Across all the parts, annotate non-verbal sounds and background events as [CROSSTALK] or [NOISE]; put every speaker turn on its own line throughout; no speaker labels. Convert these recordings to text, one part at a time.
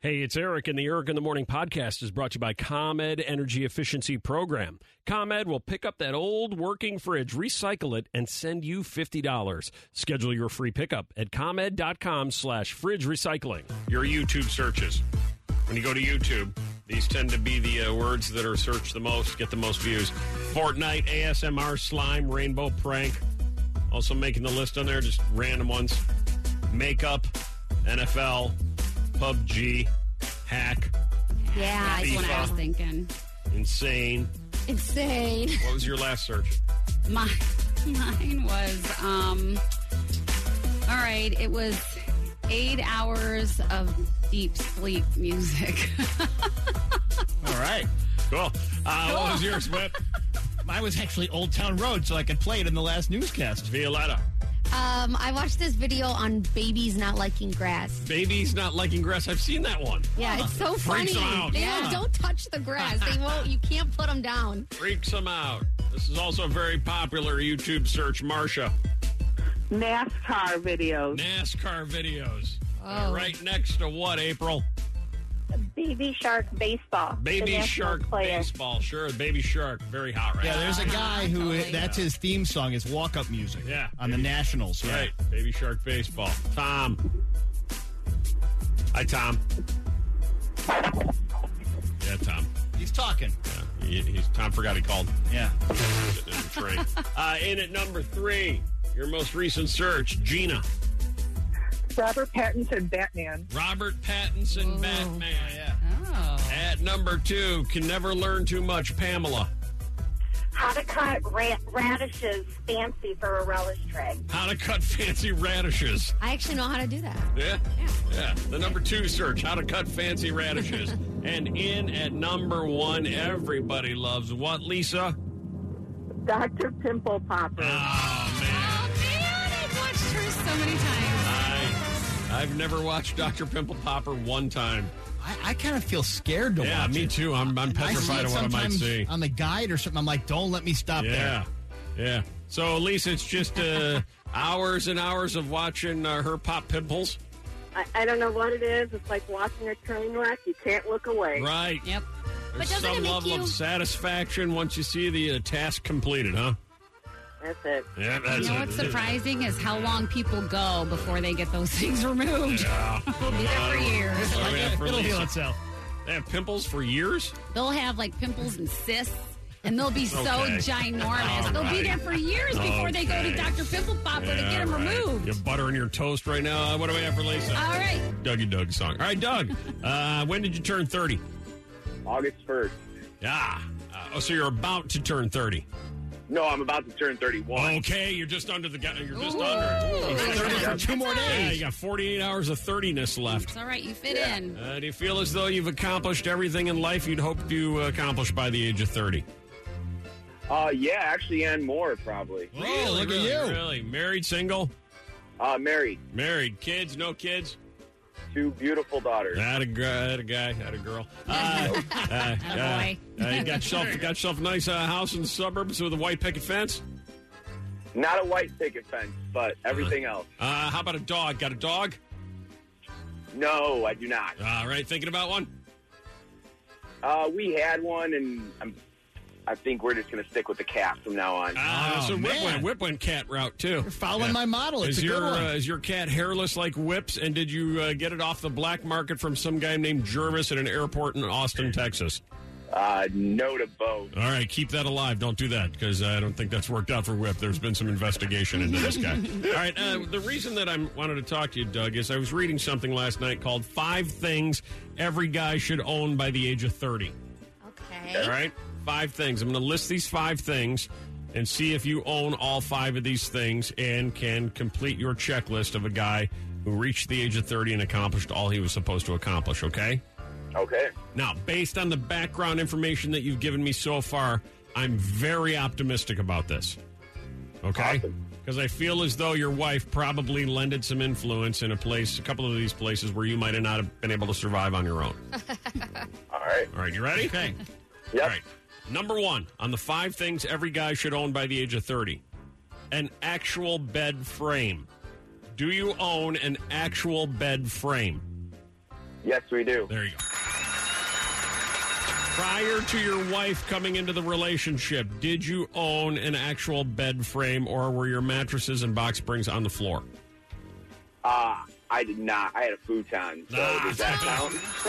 Hey, it's Eric, and the Eric in the Morning podcast is brought to you by ComEd Energy Efficiency Program. ComEd will pick up that old working fridge, recycle it, and send you $50. Schedule your free pickup at ComEd.com slash fridge recycling.
Your YouTube searches. When you go to YouTube, these tend to be the uh, words that are searched the most, get the most views. Fortnite, ASMR, slime, rainbow prank. Also making the list on there, just random ones. Makeup, NFL, PUBG, hack,
Yeah, that's what I was
FIFA.
thinking.
insane.
Insane. [LAUGHS]
What was your last search?
Mine, mine was, um, all right, it was eight hours of deep sleep music. [LAUGHS]
All right.
Cool. Uh, What was yours, Whip?
[LAUGHS] Mine was actually Old Town Road, so I could play it in the last newscast.
Violetta.
Um, I watched this video on babies not liking grass.
Babies not liking grass. I've seen that one.
Yeah, it's so funny.
Freaks 'em out.
They don't-
Yeah.
don't touch the grass. They won't. You can't put them down.
Freaks them out. This is also a very popular YouTube search, Marsha.
NASCAR videos.
NASCAR videos.
Oh.
They're right next to what, April?
Baby Shark Baseball.
Baby Shark Baseball. Sure, Baby Shark. Very hot right
Yeah,
now.
there's a guy who that's his theme song is walk up music.
Yeah.
On the Nationals. Yeah.
Right, Baby Shark Baseball. Tom. Hi, Tom. Yeah, Tom.
He's talking.
Yeah, he, he's, Tom forgot he called.
Yeah.
Sitting in the train. uh, in at number three, your most recent search, Gina.
Robert Pattinson Batman.
Robert Pattinson, Batman.
oh.
At number two, can never learn too much, Pamela.
How to cut ra- radishes fancy for a relish tray.
How to cut fancy radishes.
I actually know how to do that.
Yeah. Yeah. The number two search, how to cut fancy radishes. and in at number one, everybody loves what, Lisa?
Dr. Pimple Popper.
Oh, man.
Oh, man, I've watched her so many times.
I, I've never watched Dr. Pimple Popper one time.
I, I kind of feel scared to
Yeah,
watch
me
it.
too. I'm, I'm
I see
petrified
it
of what I might
sometimes
see.
on the guide or something. I'm like, don't let me stop
Yeah.
there.
Yeah. So, Lisa, it's just uh, hours and hours of watching uh, her pop pimples.
I, I don't know what it is. It's like watching a train wreck. You can't look away.
Right.
Yep.
There's
doesn't it
some
make
level
you-
of satisfaction once you see the uh, task completed, huh?
That's it.
Yeah, that's
You know what's surprising is how long people go before they get those [LAUGHS] things removed.
Yeah.
[LAUGHS] They'll be there for years.
What do we have Oh, for
It'll heal
Lisa?
itself.
They have pimples for years?
They'll have like pimples and cysts, and they'll be so
Okay.
ginormous.
All
they'll be
right.
there for years before they go
Okay.
to Dr. Pimple Popper to get them
right.
removed. Uh,
You're buttering your toast right now. What do we have for Lisa?
All right.
Dougie Doug song. All right, Doug. uh, when did you turn 30?
August 1st.
Ah. Uh, oh, so you're about to turn 30.
No, I'm about to turn 31.
Okay, you're just under the gu- you're just
Ooh.
under. it.
Ooh.
You're 30 for
Two more
Yeah,
days.
you got 48 hours of 30ness left.
It's all right. You fit in.
Uh, do you feel as though you've accomplished everything in life you'd hoped to accomplish by the age of 30?
Uh, yeah, actually, and more probably.
Whoa, look
really,
at you.
Really? Married, single?
Uh, married,
Married. Kids, no kids?
two beautiful daughters.
Had a, gr- had a guy, had a girl. Uh, uh,
Attaboy.
uh,
[LAUGHS]
you got yourself, got yourself a nice uh, house in the suburbs with a white picket fence?
Not a white picket fence, but everything else.
Uh, how about a dog? Got a dog? Uh,
No, I do not.
All right, thinking about one?
Uh, we had one, and I'm I think we're just going to stick with the cat from now on.
Ah,
Oh,
so Whip went, Whip went cat route too. You're
following my model. It's
is
a
your
good one.
Uh, is your cat hairless like Whip's? And did you uh, get it off the black market from some guy named Jervis at an airport in Austin, Texas?
Uh, no to both.
All right, keep that alive. Don't do that because I don't think that's worked out for Whip. There's been some investigation into this guy. All right, uh, the reason that I wanted to talk to you, Doug, is I was reading something last night called Five Things Every Guy Should Own by the Age of 30.
Okay.
All right, five things. I'm going to list these five things and see if you own all five of these things and can complete your checklist of a guy who reached the age of 30 and accomplished all he was supposed to accomplish, okay?
Okay.
Now, based on the background information that you've given me so far, I'm very optimistic about this. Okay? Because I feel as though your wife probably lended some influence in a place, a couple of these places where you might have not have been able to survive on your own.
All right.
All right, you ready? Okay. All right. Number one on the five things every guy should own by the age of 30 an actual bed frame. Do you own an actual bed frame?
Yes, we do.
There you go. Prior to your wife coming into the relationship, did you own an actual bed frame or were your mattresses and box springs on the floor?
Uh, I did not. I had a futon. So
Ah.
does that count?
Of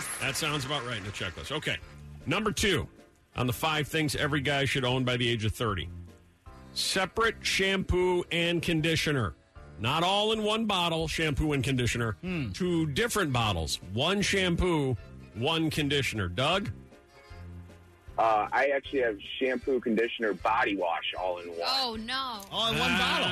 course.
That sounds about right in the checklist. Okay. Number two on the five things every guy should own by the age of 30 separate shampoo and conditioner. Not all in one bottle, shampoo and conditioner. Two different bottles. One shampoo, one conditioner. Doug?
Uh, I actually have shampoo, conditioner, body wash all in one.
Oh no.
All in one
bottle.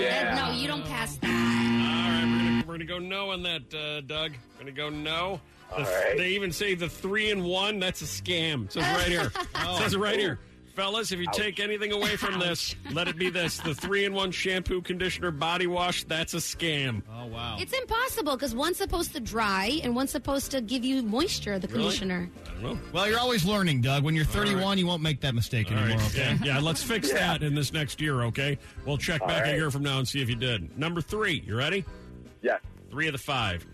Yeah.
no, you don't pass that.
All right, we're gonna, we're gonna go no on that, uh, Doug. We're gonna go no. The-
All right.
They even say the three and one. That's a scam. It says right here. It says right here. Fellas, if you take anything away from this, let it be this. The three in one shampoo, conditioner, body wash, that's a scam.
Oh, wow.
It's impossible because one's supposed to dry and one's supposed to give you moisture, the conditioner.
I don't know.
Well, you're always learning, Doug. When you're 31, you won't make that mistake
All
anymore.
right.
Okay.
Yeah, yeah, let's fix that in this next year, okay? We'll check
All
back a
right.
year from now and see if you did. Number three, you ready?
Yes.
Three of the five.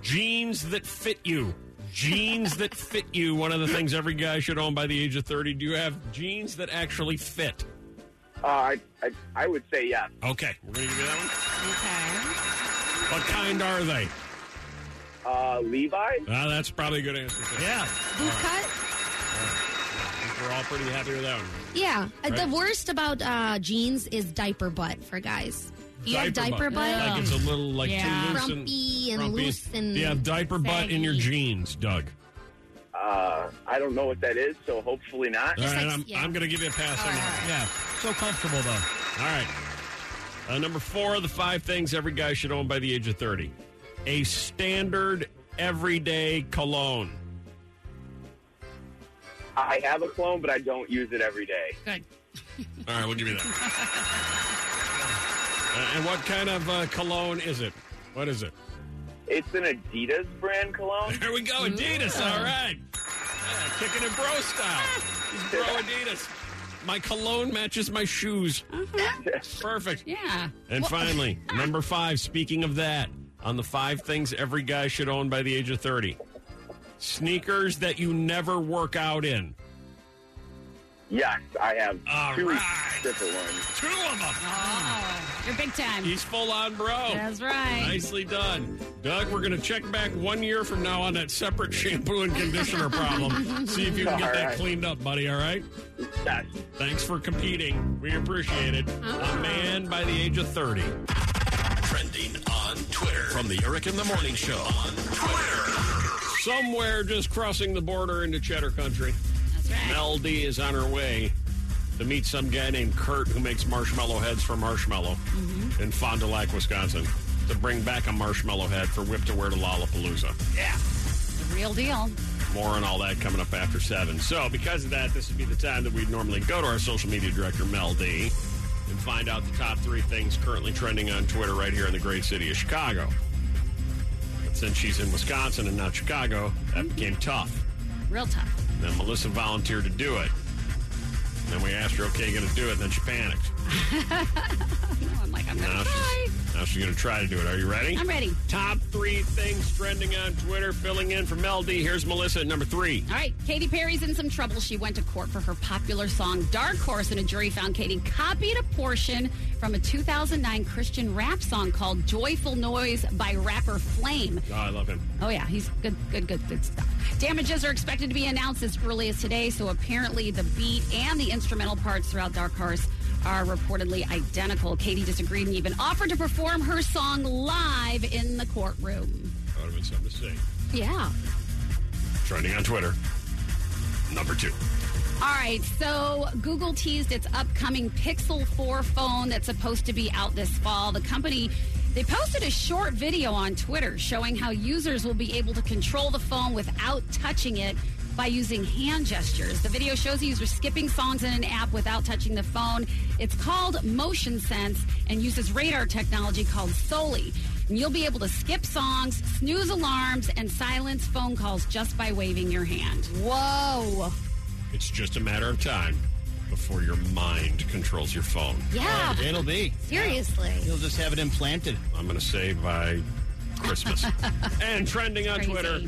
Jeans that fit you. Jeans that fit you. One of the things every guy should own by the age of 30. Do you have jeans that actually fit?
Uh, I, I, I would say yes.
Okay. We're going to give you that
Okay.
one. What kind are they?
Uh, Levi?
Ah, that's probably a good answer. too.
Yeah.
Boot
I
cut?
think We're all pretty happy with that one.
Yeah. Uh, The
Right.
worst about uh, jeans is diaper butt for guys. You have diaper butt?
Like it's a little like
Yeah.
too loose
Frumpy and
frumpy.
loose and
Do you have diaper butt in your
saggy.
jeans, Doug?
Uh, I don't know what that is, so hopefully not.
All
Just
right,
like-
I'm,
yeah.
I'm going to give you a pass on that.
Yeah. So comfortable, though.
All right. Uh, number four of the five things every guy should own by the age of 30 a standard everyday cologne.
I have a clone, but I don't use it every day.
Good.
All right, we'll give you
[LAUGHS]
that. Uh, and what kind of uh, cologne is it? What is it? [LAUGHS]
It's an Adidas brand cologne.
There we go, Adidas. All right. Yeah, kicking it bro style. It's bro Adidas. My cologne matches my shoes.
Mm-hmm.
Perfect.
Yeah.
And
Well-
finally, number five, speaking of that, on the five things every guy should own by the age of 30 sneakers that you never work out in.
Yes, I have
All
two
right.
different ones.
Two of them.
Oh, you're big time.
Ah. He's full on, bro.
That's right.
Nicely done. Doug, we're going to check back one year from now on that separate shampoo and conditioner problem. See if you can get
All
that
right.
cleaned up, buddy, all right?
Yes.
Thanks for competing. We appreciate it. A
Uh-huh.
man by the age of 30.
Trending on Twitter. From the Eric in the Morning Show on Twitter.
Somewhere just crossing the border into cheddar country.
That's right.
Mel D is on her way to meet some guy named Kurt who makes marshmallow heads for Marshmallow
Mm-hmm.
in Fond du Lac, Wisconsin, to bring back a marshmallow head for Whip to wear to Lollapalooza.
The real deal.
More on all that coming up after 7. So, because of that, this would be the time that we'd normally go to our social media director, Mel D, and find out the top three things currently trending on Twitter right here in the great city of Chicago. But since she's in Wisconsin and not Chicago, that became tough.
Real tough.
And then Melissa volunteered to do it. And then we asked her, okay, you going to do it? And then she panicked.
No, I'm like, I'm going
Now
[LAUGHS] to try.
she's, Now she's going to try to do it. Are you ready?
I'm ready.
Top three things trending on Twitter. Filling in for Mel D. Here's Melissa at number three.
All right, Katy Perry's in some trouble. She went to court for her popular song Dark Horse, and a jury found Katy copied a portion from a 2009 Christian rap song called Joyful Noise by rapper Flame.
Oh, I love him.
Oh, yeah, he's good, good, good, good stuff. Damages are expected to be announced as early as today, so apparently the beat and the instrumental parts throughout Dark Horse are reportedly identical. Katy disagreed and even offered to perform her song live in the courtroom.
That would have been something to see.
Yeah.
Trending on Twitter. Number two.
All right, so Google teased its upcoming Pixel 4 phone that's supposed to be out this fall. The company they posted a short video on Twitter showing how users will be able to control the phone without touching it by using hand gestures. The video shows a user skipping songs in an app without touching the phone. It's called Motion Sense and uses radar technology called Soli. And you'll be able to skip songs, snooze alarms, and silence phone calls just by waving your hand. Whoa.
It's just a matter of time before your mind controls your phone.
Yeah.
Oh, it'll be.
Seriously.
You'll just have it implanted.
I'm going to say by
[LAUGHS]
Christmas. and trending on
Crazy.
Twitter.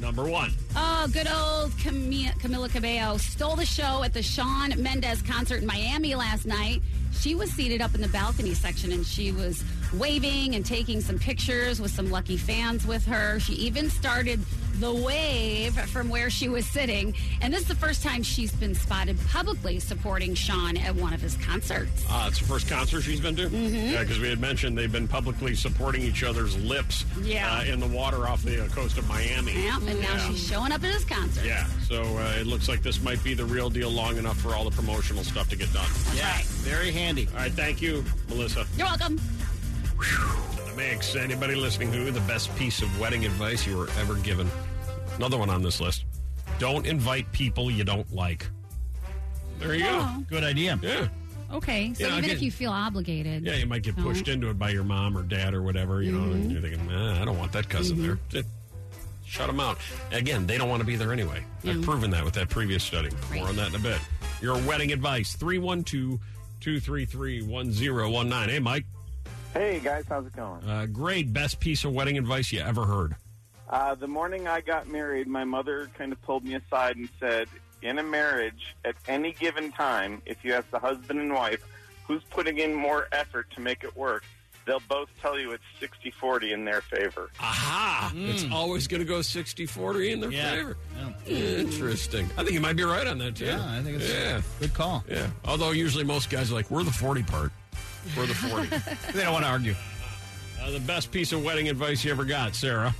Number one.
Oh, good old Camilla, Camila Cabello stole the show at the Sean Mendez concert in Miami last night. She was seated up in the balcony section and she was waving and taking some pictures with some lucky fans with her. She even started the wave from where she was sitting. And this is the first time she's been spotted publicly supporting Sean at one of his concerts.
Ah, it's the first concert she's been to.
Mm-hmm.
Yeah, because we had mentioned they've been publicly supporting each other's lips.
Yeah.
uh, in the water off the uh, coast of Miami.
Yeah, and now
Yeah.
she's showing up at his concert.
Yeah, so uh, it looks like this might be the real deal long enough for all the promotional stuff to get done.
Yeah. Very handy.
All right, thank you, Melissa.
You're welcome.
That makes anybody listening who the best piece of wedding advice you were ever given. Another one on this list. Don't invite people you don't like. There you
Oh.
go. Good idea. Yeah.
Okay, so
Yeah,
even
okay.
if you feel obligated.
Yeah, you might get
No.
pushed into it by your mom or dad or whatever, you know, and you're thinking, "Nah, I don't want that cousin there. Just Shut them out. Again, they don't want to be there anyway. I've
Yeah.
proven that with that previous study.
Right.
More on that in a bit. Your wedding advice 312 233 1019. Hey, Mike.
Hey guys, how's it going?
Uh, great best piece of wedding advice you ever heard.
Uh, the morning I got married, my mother kind of pulled me aside and said, "In a marriage, at any given time, if you ask the husband and wife who's putting in more effort to make it work, they'll both tell you it's 60-40 in their favor."
Aha! It's always going to go 60 40 in their
Mm. Yeah.
favor.
Yeah.
Interesting. I think you might be right on that, too.
Yeah, I think it's
Yeah.
good call.
Yeah. Although usually most guys are like, we're the 40 part. We're the
[LAUGHS]
40.
They don't want to argue.
Uh, the best piece of wedding advice you ever got, Sarah.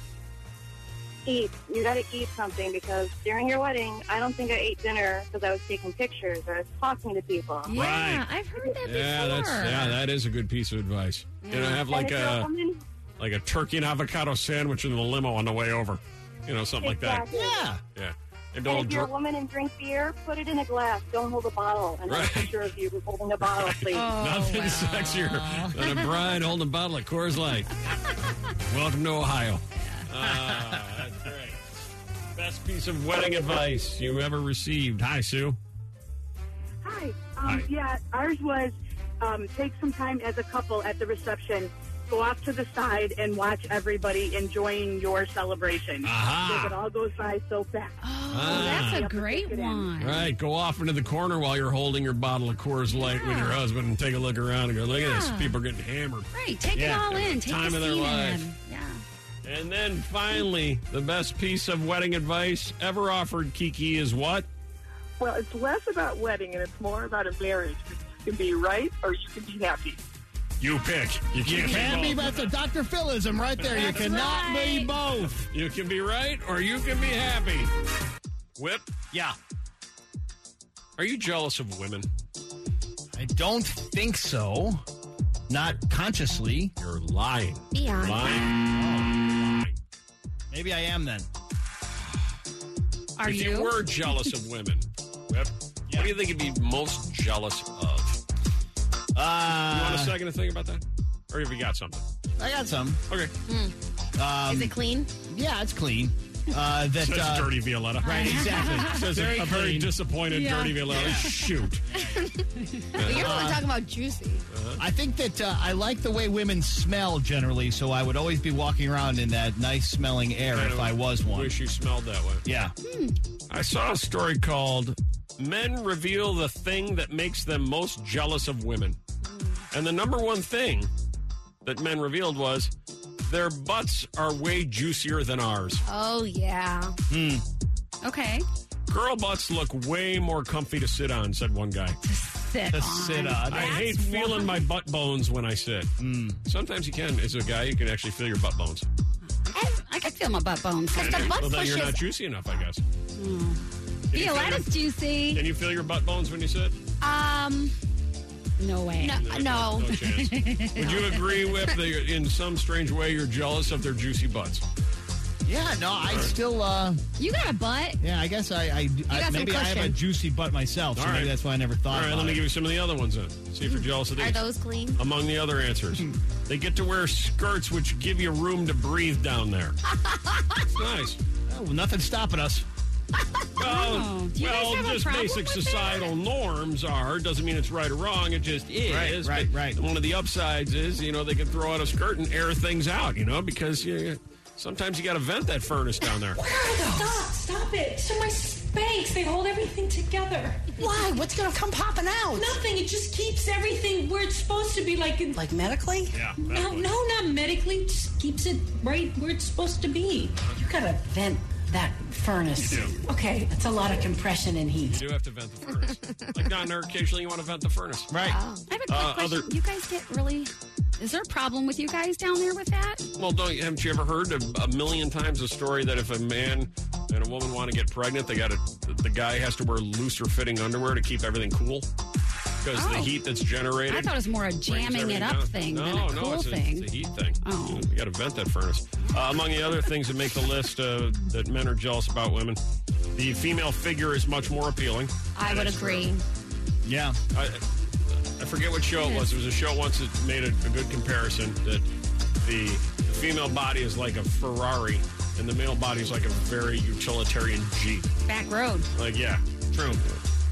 Eat. You got to eat something because during your wedding, I don't think I ate dinner because I was taking pictures or I was talking to people.
Yeah,
Right.
I've heard that
Yeah,
before.
that's yeah, that is a good piece of advice. You know, have like
Mm. and if you're
a
woman,
like a turkey and avocado sandwich in the limo on the way over. You know, something
Exactly.
like
Yeah.
that. Yeah. And
And
don't
if you're a
dr-
woman and drink beer, put it in a glass. Don't hold a bottle. And
Right.
a picture of
[LAUGHS]
you holding a bottle, please.
nothing sexier than a bride holding a bottle of Coors Light. Welcome to Ohio. Ah, that's great. Best piece of wedding advice you ever received. Hi, Sue.
Hi. Um,
Hi.
Yeah, ours was um, take some time as a couple at the reception, go off to the side and watch everybody enjoying your celebration.
Aha.
Because It all goes by so fast.
Ah.
Oh, That's a great one.
All right, go off into the corner while you're holding your bottle of Coors Light with your husband and take a look around and go, look at this.
Yeah.
People are getting hammered.
Right, take
Yeah.
it all in. Take
Time
the
of their
scene
life.
in. Yeah.
And then finally, the best piece of wedding advice ever offered, Kiki, is what?
Well, it's less about wedding and it's more about a marriage. You can be right or you can be happy.
You pick. You can't
You can
be
be,
both.
but that's a Dr. Philism right there. you
That's
cannot be
right.
both.
You can be right or you can be happy. Whip?
Yeah.
Are you jealous of women?
I don't think so. Not consciously.
You're lying.
Beyond.
Lying. Oh, lying.
Maybe I am then.
Are
if you?
you?
were jealous of women, Whip, what do you think you'd be most jealous of? you want a
Uh,
second to think about that? Or have you got something?
I got some.
Okay.
Um,
Is it clean?
yeah, it's clean.
[LAUGHS]
Uh, that
Says
uh,
Dirty Violetta.
Right,
[LAUGHS]
exactly.
Says a- a very
clean.
disappointed Yeah. Dirty Violetta. [LAUGHS] Shoot.
But you're the one
Uh,
talking about juicy.
I think that uh, I like the way women smell generally, so I would always be walking around in that nice smelling air if I was one.
Wish you smelled that way.
Yeah.
I saw a story called Men Reveal the Thing That Makes Them Most Jealous of Women. And the number one thing that men revealed was their butts are way juicier than ours.
Oh yeah.
Hmm.
Okay.
Girl butts look way more comfy to sit on, said one guy.
Sit
To
on.
sit on. uh, I
That's
hate feeling my butt bones when I sit. Sometimes you can, as a guy, you can actually feel your butt bones.
I can feel my butt Hmm. bones.
well, then you're not juicy enough, I guess. Can you feel
Violetta's
your-
juicy.
Can you feel your butt bones when you sit?
Um.
No way.
No.
No chance. Would you agree with the, in some strange way you're jealous of their juicy butts?
Yeah, no, I still. uh
You got a butt.
Yeah, I guess I. I,
got
I
some
maybe I have a
cushion.
juicy butt myself, so
All
maybe
right.
that's why I never thought.
All right,
about
let me
it.
give you some of the other ones then. See if you're
Hmm.
jealous of these.
Are those clean?
Among the other answers, they get to wear skirts which give you room to breathe down
[LAUGHS]
there. It's nice.
Oh, nothing's stopping us.
Well,
Oh, Do you guys
well,
have a
just
problem
basic
with
societal norms are. Doesn't mean it's right or wrong. It just is.
Right, right,
But One of the upsides is, you know, they can throw out a skirt and air things out, you know, because you, sometimes you got to vent that furnace down
[LAUGHS]
there.
Stop, stop it. So my spanks, they hold everything together. Why? What's gonna come popping out? Nothing. It just keeps everything where it's supposed to be, like in, Like medically?
Yeah.
No, no, not medically. Just keeps it right where it's supposed to be. You gotta vent that furnace.
You do.
Okay, that's a lot of compression and heat.
You do have to vent the
[LAUGHS]
furnace. like down there, occasionally you want to vent the furnace. Right.
I have a
Uh,
quick question. you guys get really. Is there a problem with you guys down there with that?
Well, don't you- haven't you ever heard a, a million times the story that if a man and a woman want to get pregnant, they got to the guy has to wear looser fitting underwear to keep everything cool because the
Oh.
heat that's generated.
I thought it was more a
brings
jamming
everything
it up
down.
thing
No,
than a
no,
cool
it's a,
thing.
it's a heat thing.
Oh.
You got to vent that furnace. Uh, among the other things that make the list uh, that men are jealous about women, the female figure is much more appealing.
I would agree.
Yeah.
I, I forget what show it was. It was a show once that made a, a good comparison that the female body is like a Ferrari and the male body is like a very utilitarian Jeep.
Back road.
Like, yeah, true.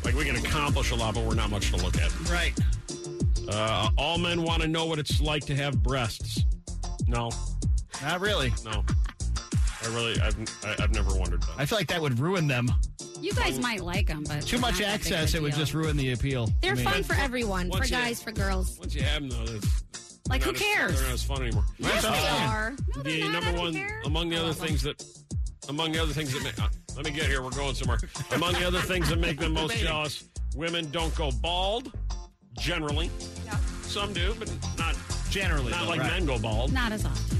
Like, we can accomplish a lot, but we're not much to look at.
Right.
Uh, all men want to know what it's like to have breasts. No.
Not really.
No. I really, I've, I, I've never wondered that.
I feel like that would ruin them.
You
Oh.
guys might like them, but
Too much
not that big of a
access, it would
deal.
just ruin the appeal.
They're
I mean-
fun for everyone, for
once you-
guys, for girls.
Once you have them, though, that's,
Like,
they're
who
not as-
cares?
they're not as fun anymore.
Yes,
Uh,
they are.
the number one among
Oh,
the other things that among the other things that make uh, let me get here we're going somewhere among the other things that make them most
Debating.
jealous women don't go bald generally some do but not
generally
not
though,
like
right.
men go bald
Not as often.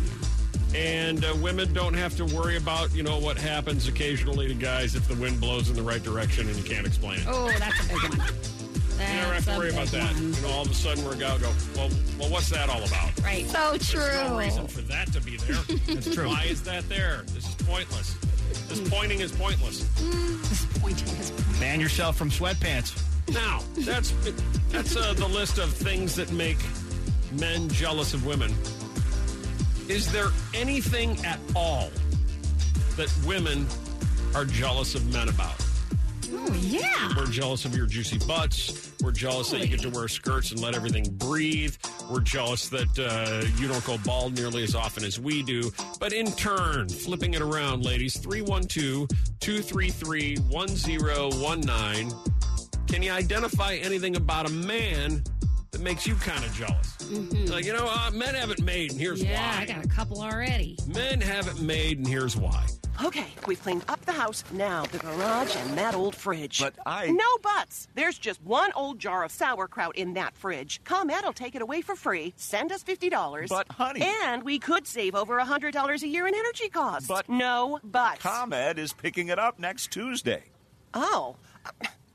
and uh, women don't have to worry about you know what happens occasionally to guys if the wind blows in the right direction and you can't explain it
Oh, that's a big one.
[LAUGHS] you never have
That's
to
a
worry about
big
that
one.
you know all of a sudden we're going go well well what's that all about
Right. So
There's no reason for
true.
that to
[LAUGHS]
be there. That's
true.
Why is that there? This is pointless. This pointing is pointless.
Man yourself from sweatpants.
Now, that's that's uh, the list of things that make men jealous of women. Is there anything at all that women are jealous of men about?
Oh, yeah.
We're jealous of your juicy butts. We're jealous that you get to wear skirts and let everything breathe. We're jealous that uh, you don't go bald nearly as often as we do. But in turn, flipping it around, ladies, 312 233 1019. Can you identify anything about a man that makes you kind of jealous? Like, you know, uh, men haven't made, and here's
Mm-hmm. yeah, I
why.
got a couple already.
Men haven't made, and here's why.
Okay, we've cleaned up the house, now the garage and that old fridge. But I. No buts! There's just one old jar of sauerkraut in that fridge. ComEd will take it away for free, send us $50.
But, honey-
And we could save over $100 a year in energy costs. But. No buts.
ComEd is picking it up next Tuesday.
Oh.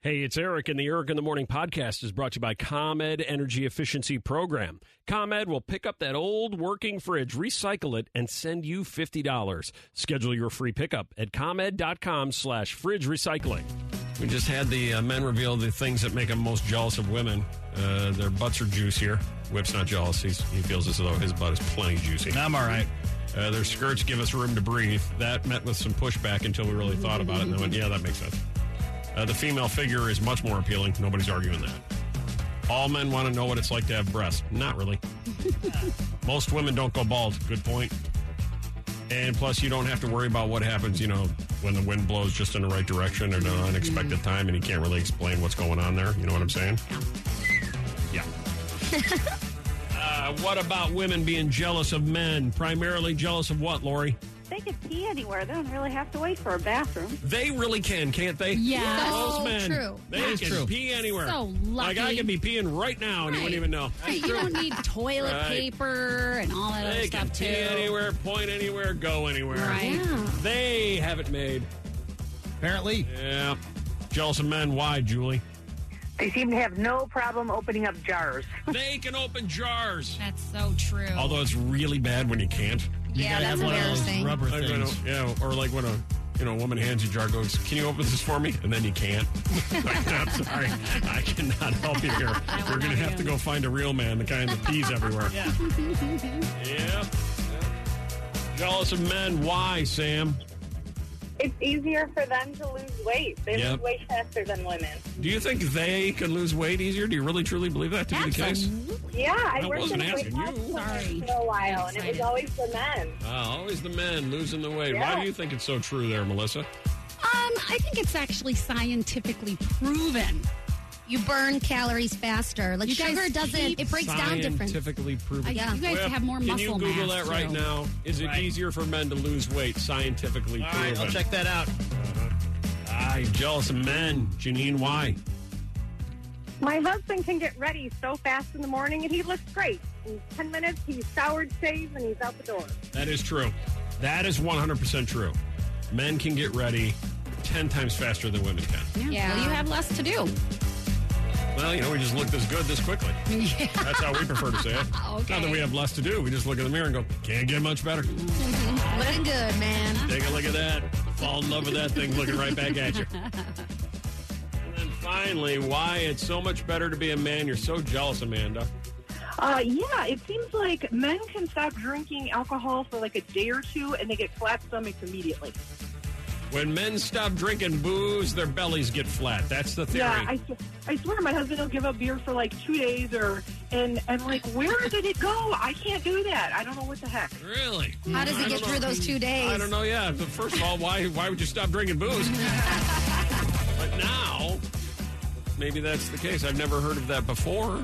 Hey, it's Eric, and the Eric in the Morning podcast is brought to you by ComEd Energy Efficiency Program. ComEd will pick up that old working fridge, recycle it, and send you $50. Schedule your free pickup at ComEd.com slash fridge recycling.
We just had the uh, men reveal the things that make them most jealous of women. Uh, their butts are juicier. Whip's not jealous. He's, he feels as though his butt is plenty juicy.
I'm all right.
Uh, their skirts give us room to breathe. That met with some pushback until we really thought about it and then went, yeah, that makes sense. Uh, the female figure is much more appealing. Nobody's arguing that. All men want to know what it's like to have breasts. Not really. Most women don't go bald. Good point. And plus, you don't have to worry about what happens, you know, when the wind blows just in the right direction at an unexpected time and you can't really explain what's going on there. You know what I'm saying? Yeah. [LAUGHS] Uh, what about women being jealous of men? Primarily jealous of what, Lori?
They could pee anywhere. They don't really have to wait for a bathroom.
They really can, can't they?
Yeah. That's
Those men.
true.
They
That's
can
true.
pee anywhere.
So
Like, I
lucky.
can be peeing right now and you wouldn't even know.
Right,
[LAUGHS]
you don't need toilet
Right.
paper and all that other
They can
stuff too.
pee anywhere, point anywhere, go anywhere.
Right. Yeah.
They have it made.
Apparently.
Yeah. Jealous of men. Why,
[LAUGHS]
Julie?
They seem to have no problem opening up jars.
They can open jars.
That's so true.
Although it's really bad when you can't.
You Yeah, gotta have that's one of those embarrassing. rubber
Like when a-
things.
yeah, or like when a you know woman hands you a jar, goes, "Can you open this for me?" And then you can't. [LAUGHS] Like, I'm sorry, I cannot help
[LAUGHS]
you here. We're gonna have to go find a real man, the kind that pees everywhere.
Yeah.
yeah. Jealous of men. Why, Sam?
It's easier for them to lose weight. They
Yep.
lose weight faster than women.
Do you think they can lose weight easier? Do you really truly believe that to be the case?
Yeah, I,
I
worked
wasn't
in a weight
asking
loss clinic for a while, and it was always the men.
Uh, always the men losing the weight. Why
Yeah.
do you think it's so true there, Melissa?
Um, I think it's actually scientifically proven.
You burn calories faster. Like
You guys
sugar doesn't.
keep-
It breaks down different.
Scientifically proven.
Uh, yeah. You guys
Whip,
have more
Can you
muscle
Google
mass,
that right
too.
now? Is it
Right.
easier for men to lose weight? Scientifically
All
proven.
right, I'll check that out.
I jealous of men, Janine. Why?
My husband can get ready so fast in the morning, and he looks great. In 10 minutes, he's showered, shaved, and he's out the door.
That is true. That is one hundred percent true. Men can get ready ten times faster than women can.
Yeah. Well, you have less to do.
Well, you know, we just look this good this quickly.
[LAUGHS]
Yeah.
That's how we prefer to say it. Not that we have less to do. We just look in the mirror and go, can't get much better.
Looking good, man.
Take a look at that. Fall in love with that thing looking right back at
[LAUGHS]
you. And then finally, why it's so much better to be a man. You're so jealous, Amanda.
Uh, yeah, it seems like men can stop drinking alcohol for like a day or two and they get flat stomachs immediately.
When men stop drinking booze, their bellies get flat. That's the theory.
Yeah, I, sw- I swear my husband will give up beer for like two days or, and I'm like, where did it go? I can't do that. I don't know what the heck.
Mm. Really?
How does
I
it get
don't
through those two days?
I don't know. Yeah. But first of all, why why would you stop
[LAUGHS]
drinking booze? but now, maybe that's the case. I've never heard of that before.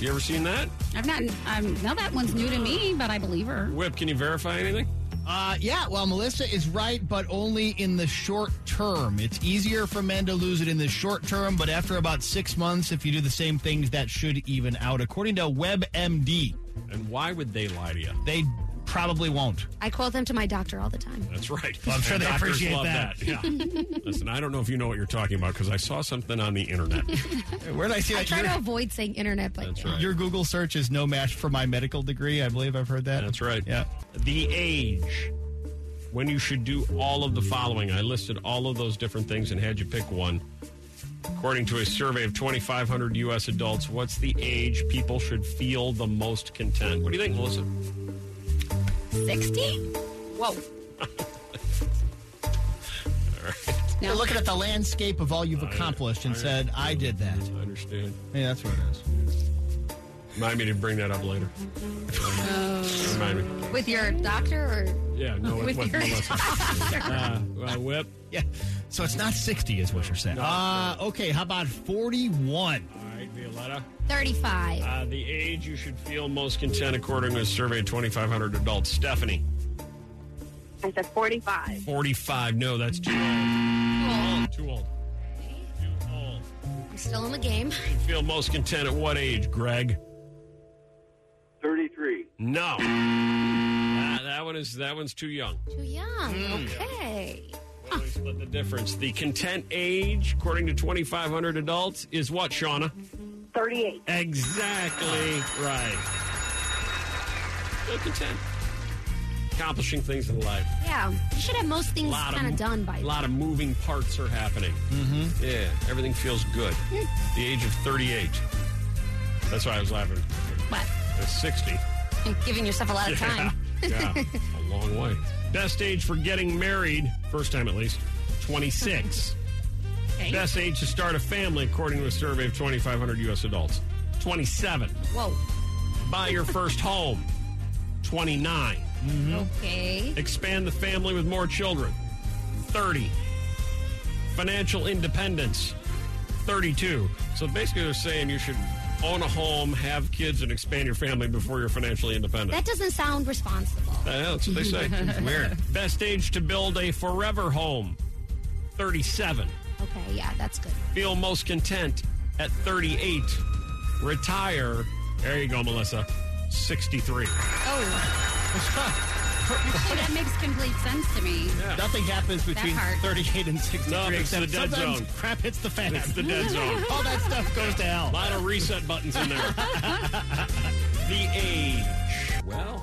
You ever seen that?
I've not. Um, no, that one's new to me, but I believe her.
Whip, can you verify anything?
Uh, yeah, well, Melissa is right, but only in the short term. It's easier for men to lose it in the short term, but after about six months, if you do the same things, that should even out, according to WebMD.
And why would they lie to you?
They probably won't.
I quote them to my doctor all the time.
That's right.
Well, I'm sure they
Doctors
appreciate
love
that. [LAUGHS]
Yeah. Listen, I don't know if you know what you're talking about because I saw something on the
[LAUGHS]
internet.
Where did I see
I
that?
try
Your-
to avoid saying internet, but
That's right.
Your Google search is no match for my medical degree. I believe I've heard that.
That's right.
Yeah.
The age when you should do all of the following. I listed all of those different things and had you pick one. According to a survey of 2,500 U.S. adults, what's the age people should feel the most content? What do you think, Melissa?
60? Whoa.
You're looking at the landscape of all you've accomplished and said, I did that.
I understand.
Yeah, that's what it is.
Remind me to bring that up later. Remind me.
with your doctor or
Yeah, no,
Oh. with
what,
your [LAUGHS]
Melissa? Uh, uh, whip.
Yeah. So it's not 60 is what you're saying. Uh, okay, how about 41?
All right, Violetta.
35.
Uh, the age you should feel most content, according to a survey of 2,500 adults. Stephanie,
I said 45.
45. No, that's too old. Too old. Too old.
I'm still in the game.
You feel most content at what age, Greg?
33.
No. Uh, that one is that one's too young.
Too young. Okay.
We split the difference. The content age, according to 2,500 adults, is what, Shauna?
38.
Exactly right. So content. Accomplishing things in life.
Yeah, you should have most things
Lot of-
kind of done by
A lot of moving parts are happening. Mm-hmm. Yeah, everything feels good.
Hmm.
the age of 38. That's why I was laughing.
What?
At 60.
giving yourself a lot of
Yeah, [LAUGHS]
time.
yeah. a long way. Best age for getting married, first time at least, 26. Best age to start a family, according to a survey of 2,500 U.S. adults, 27.
Whoa.
Buy your first home, 29.
Okay.
Expand the family with more children, 30. Financial independence, 32. So basically, they're saying you should own a home, have kids, and expand your family before you're financially independent.
That doesn't sound responsible.
I know, that's what they say.
[LAUGHS] It's weird.
Best age to build a forever home, 37.
Okay, yeah, that's good.
Feel most content at 38. Retire, there you go, Melissa, 63.
Oh. Actually, that makes complete sense to me.
[LAUGHS] Nothing happens
That
between
part.
38 and 63
No, it's
except
the dead
sometimes
zone.
crap hits the fan.
It's
[LAUGHS]
the dead zone.
All that stuff goes to
A
hell.
lot of reset buttons in
[LAUGHS]
there. the age. Well,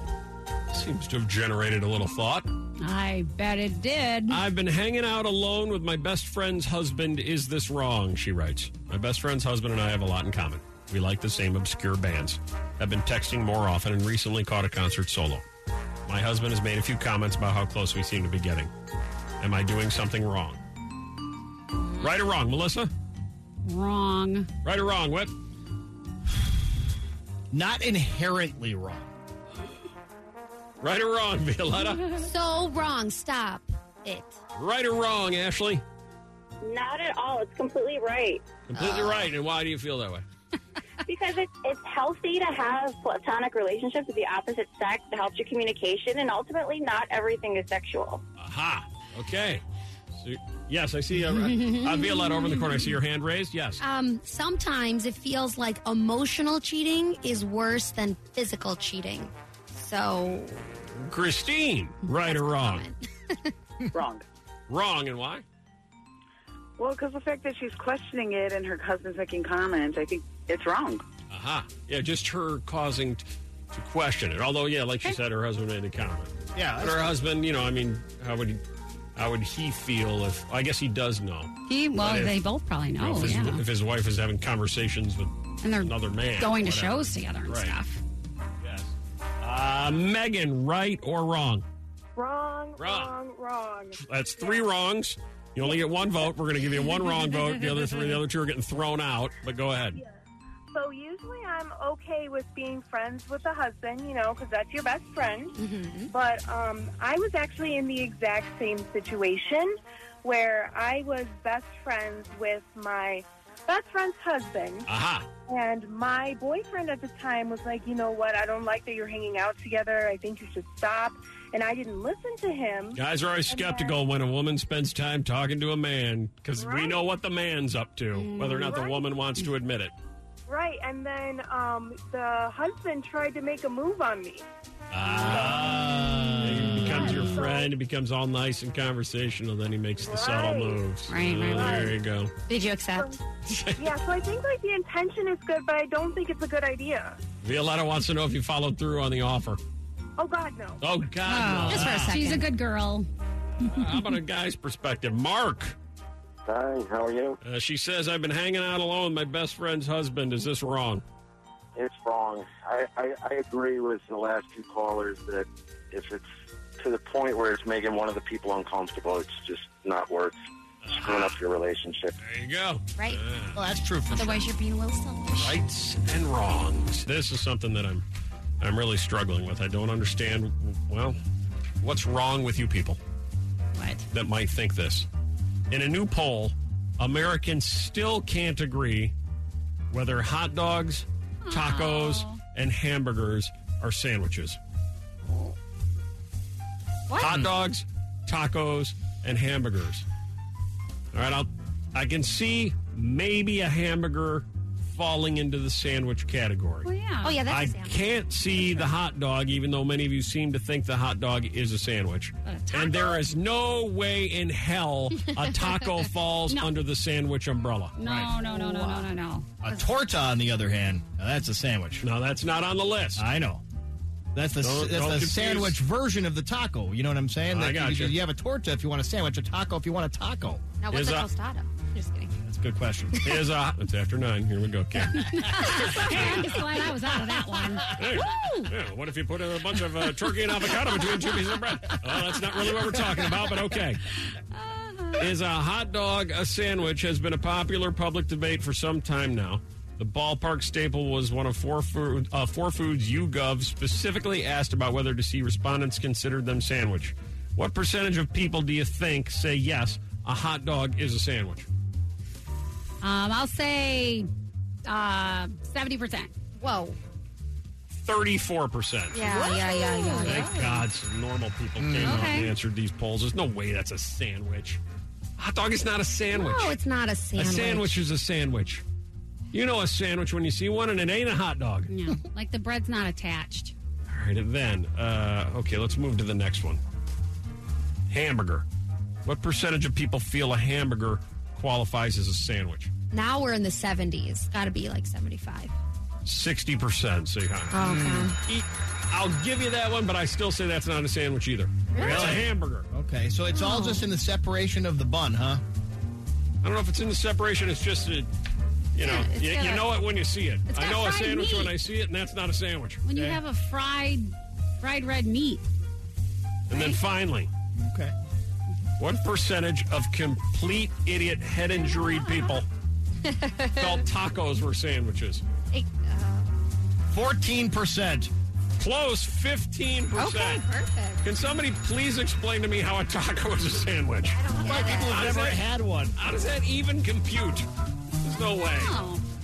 seems to have generated a little thought.
I bet it did.
I've been hanging out alone with my best friend's husband. Is this wrong? She writes. My best friend's husband and I have a lot in common. We like the same obscure bands. I've been texting more often and recently caught a concert solo. My husband has made a few comments about how close we seem to be getting. Am I doing something wrong? Right or wrong, Melissa?
Wrong.
Right or wrong, Whip?
Not inherently wrong.
Right or wrong, Violetta?
So wrong. Stop it.
Right or wrong, Ashley?
Not at all. It's completely right.
Uh.
Completely right. And why do you feel that way?
Because it's, it's healthy to have platonic relationships with the opposite sex to help your communication, and ultimately, not everything is sexual.
Aha. Okay. So, yes, I
[LAUGHS]
see. Uh, uh, Violetta over in the corner. I see your hand raised. Yes.
Um, sometimes it feels like emotional cheating is worse than physical cheating. So
[LAUGHS]
Christine, right or wrong?
wrong.
Wrong and why?
Well, because the fact that she's questioning it and her husband's making comments, I think it's wrong.
Aha. Yeah, just her causing t- to question it. Although, yeah, like she said, her husband made a comment.
Yeah,
But her husband, you know, I mean, how would he, how would he feel if? I guess he does know.
He, well,
But if-
they both probably
you know,
know,
if, his,
Oh, yeah.
if his wife is having conversations with
And they're
another man,
going to
whatever.
shows together and
Right.
stuff.
Yes. Uh, Megan, right or wrong?
Wrong,
Wrong.
wrong, wrong.
That's three wrongs. You only get one vote. We're going to give you one wrong vote. The other three, the other two are getting thrown out. But go ahead.
So usually I'm okay with being friends with the husband, you know, because that's your best friend. But um, I was actually in the exact same situation where I was best friends with my best friend's husband.
Aha.
And my boyfriend at the time was like, you know what? I don't like that you're hanging out together. I think you should stop. And I didn't listen to him.
Guys are always
uh,
skeptical when a woman spends time talking to a man because we
Right.
know what the man's up to, whether or not the
Right.
woman wants to admit it.
Right. And then um, the husband tried to make a move on me.
Ah. It becomes your friend. It becomes all nice and conversational. Then he makes the subtle
Right.
moves.
Right, right,
Ah, There
right.
you go.
Did you accept?
yeah, so I think like the intention is good, but I don't think it's a good idea.
Violetta wants to know if you followed through on the offer.
Oh God, no.
Oh, God. no. Ah.
She's a good girl.
How about a guy's perspective? Mark.
Hi, how are you?
Uh, she says, I've been hanging out alone with my best friend's husband. Is this wrong?
It's wrong. I, I, I agree with the last two callers that if it's to the point where it's making one of the people uncomfortable, it's just not worth screwing up your relationship.
There you go.
Right.
Well, that's true for
Otherwise, you're being a little selfish.
Rights and wrongs. This is something that I'm I'm really struggling with. I don't understand well, what's wrong with you people?
What?
That might think this. In a new poll, Americans still can't agree whether hot dogs, tacos, and hamburgers are sandwiches.
What?
Hot dogs, tacos, and hamburgers. All right, I'll I can see maybe a hamburger falling into the sandwich category.
yeah. Oh yeah,
I
that's
can't see the hot dog, even though many of you seem to think the hot dog is a sandwich. and there is no way in hell
[LAUGHS]
a taco falls
No.
under the sandwich umbrella.
no, no, no, no, no, no, no.
A torta, on the other hand, now that's a sandwich.
No, that's not on the list.
I know. That's the
Don't-
that's
don't
the
confuse.
sandwich version of the taco. You know what I'm saying?
I
Like,
gotcha.
you, you have a torta if you want a sandwich, a taco if you want a taco.
Now
what's Is a a-
tostada? Just kidding.
That's a good question.
Is a, it's after nine. Here we go,
[LAUGHS]
Ken.
I'm just glad I was out of that one.
Hey, yeah, what if you put a bunch of uh, turkey and avocado between two pieces of bread? Oh, that's not really what we're talking about, but okay. Is a hot dog a sandwich has been a popular public debate for some time now. The ballpark staple was one of four, food, uh, four foods YouGov specifically asked about whether to see respondents considered them sandwich. What percentage of people do you think say yes, a hot dog is a sandwich?
Um, I'll say uh, seventy percent. Whoa.
34%.
Yeah, yeah, yeah, yeah, yeah.
Thank God some normal people came out and
Okay.
answered these polls. There's no way that's a sandwich. Hot dog is not a sandwich.
No, Oh, it's not a sandwich.
A sandwich is a sandwich. You know a sandwich when you see one, and it ain't a hot dog.
Yeah, like the bread's not attached.
All right, and then, uh, okay, let's move to the next one. Hamburger. What percentage of people feel a hamburger qualifies as a sandwich?
Now we're in the 70s. Got to be like 75.
60%. So,
Oh, okay.
Eat- I'll give you that one, but I still say that's not a sandwich either. It's a hamburger.
Okay, so it's all just in the separation of the bun, huh?
I don't know if it's in the separation. It's just a, you know,
it's
you,
got
you
a-
know it when you see it.
It's
I
got
know a
fried
sandwich when
meat.
I see it, and that's not a sandwich.
When you
Okay?
have a fried, fried red meat.
and then finally,
okay,
what percentage of complete idiot head
[LAUGHS]
injury people felt tacos were sandwiches?
uh,
Fourteen percent.
Close, fifteen percent.
perfect.
Can somebody please explain to me how a taco is a sandwich?
Why people
How does
have never
that-
had one?
How does that even compute? There's no way.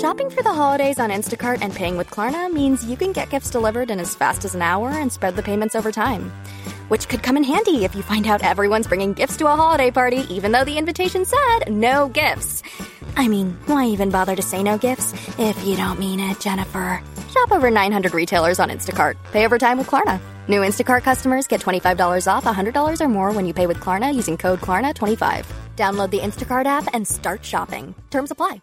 Shopping for the holidays on Instacart and paying with Klarna means you can get gifts delivered in as fast as an hour and spread the payments over time. Which could come in handy if you find out everyone's bringing gifts to a holiday party, even though the invitation said no gifts. I mean, why even bother to say no gifts if you don't mean it, Jennifer? Shop over 900 retailers on Instacart. Pay over time with Klarna. New Instacart customers get $25 off $100 or more when you pay with Klarna using code Klarna25. Download the Instacart app and start shopping. Terms apply.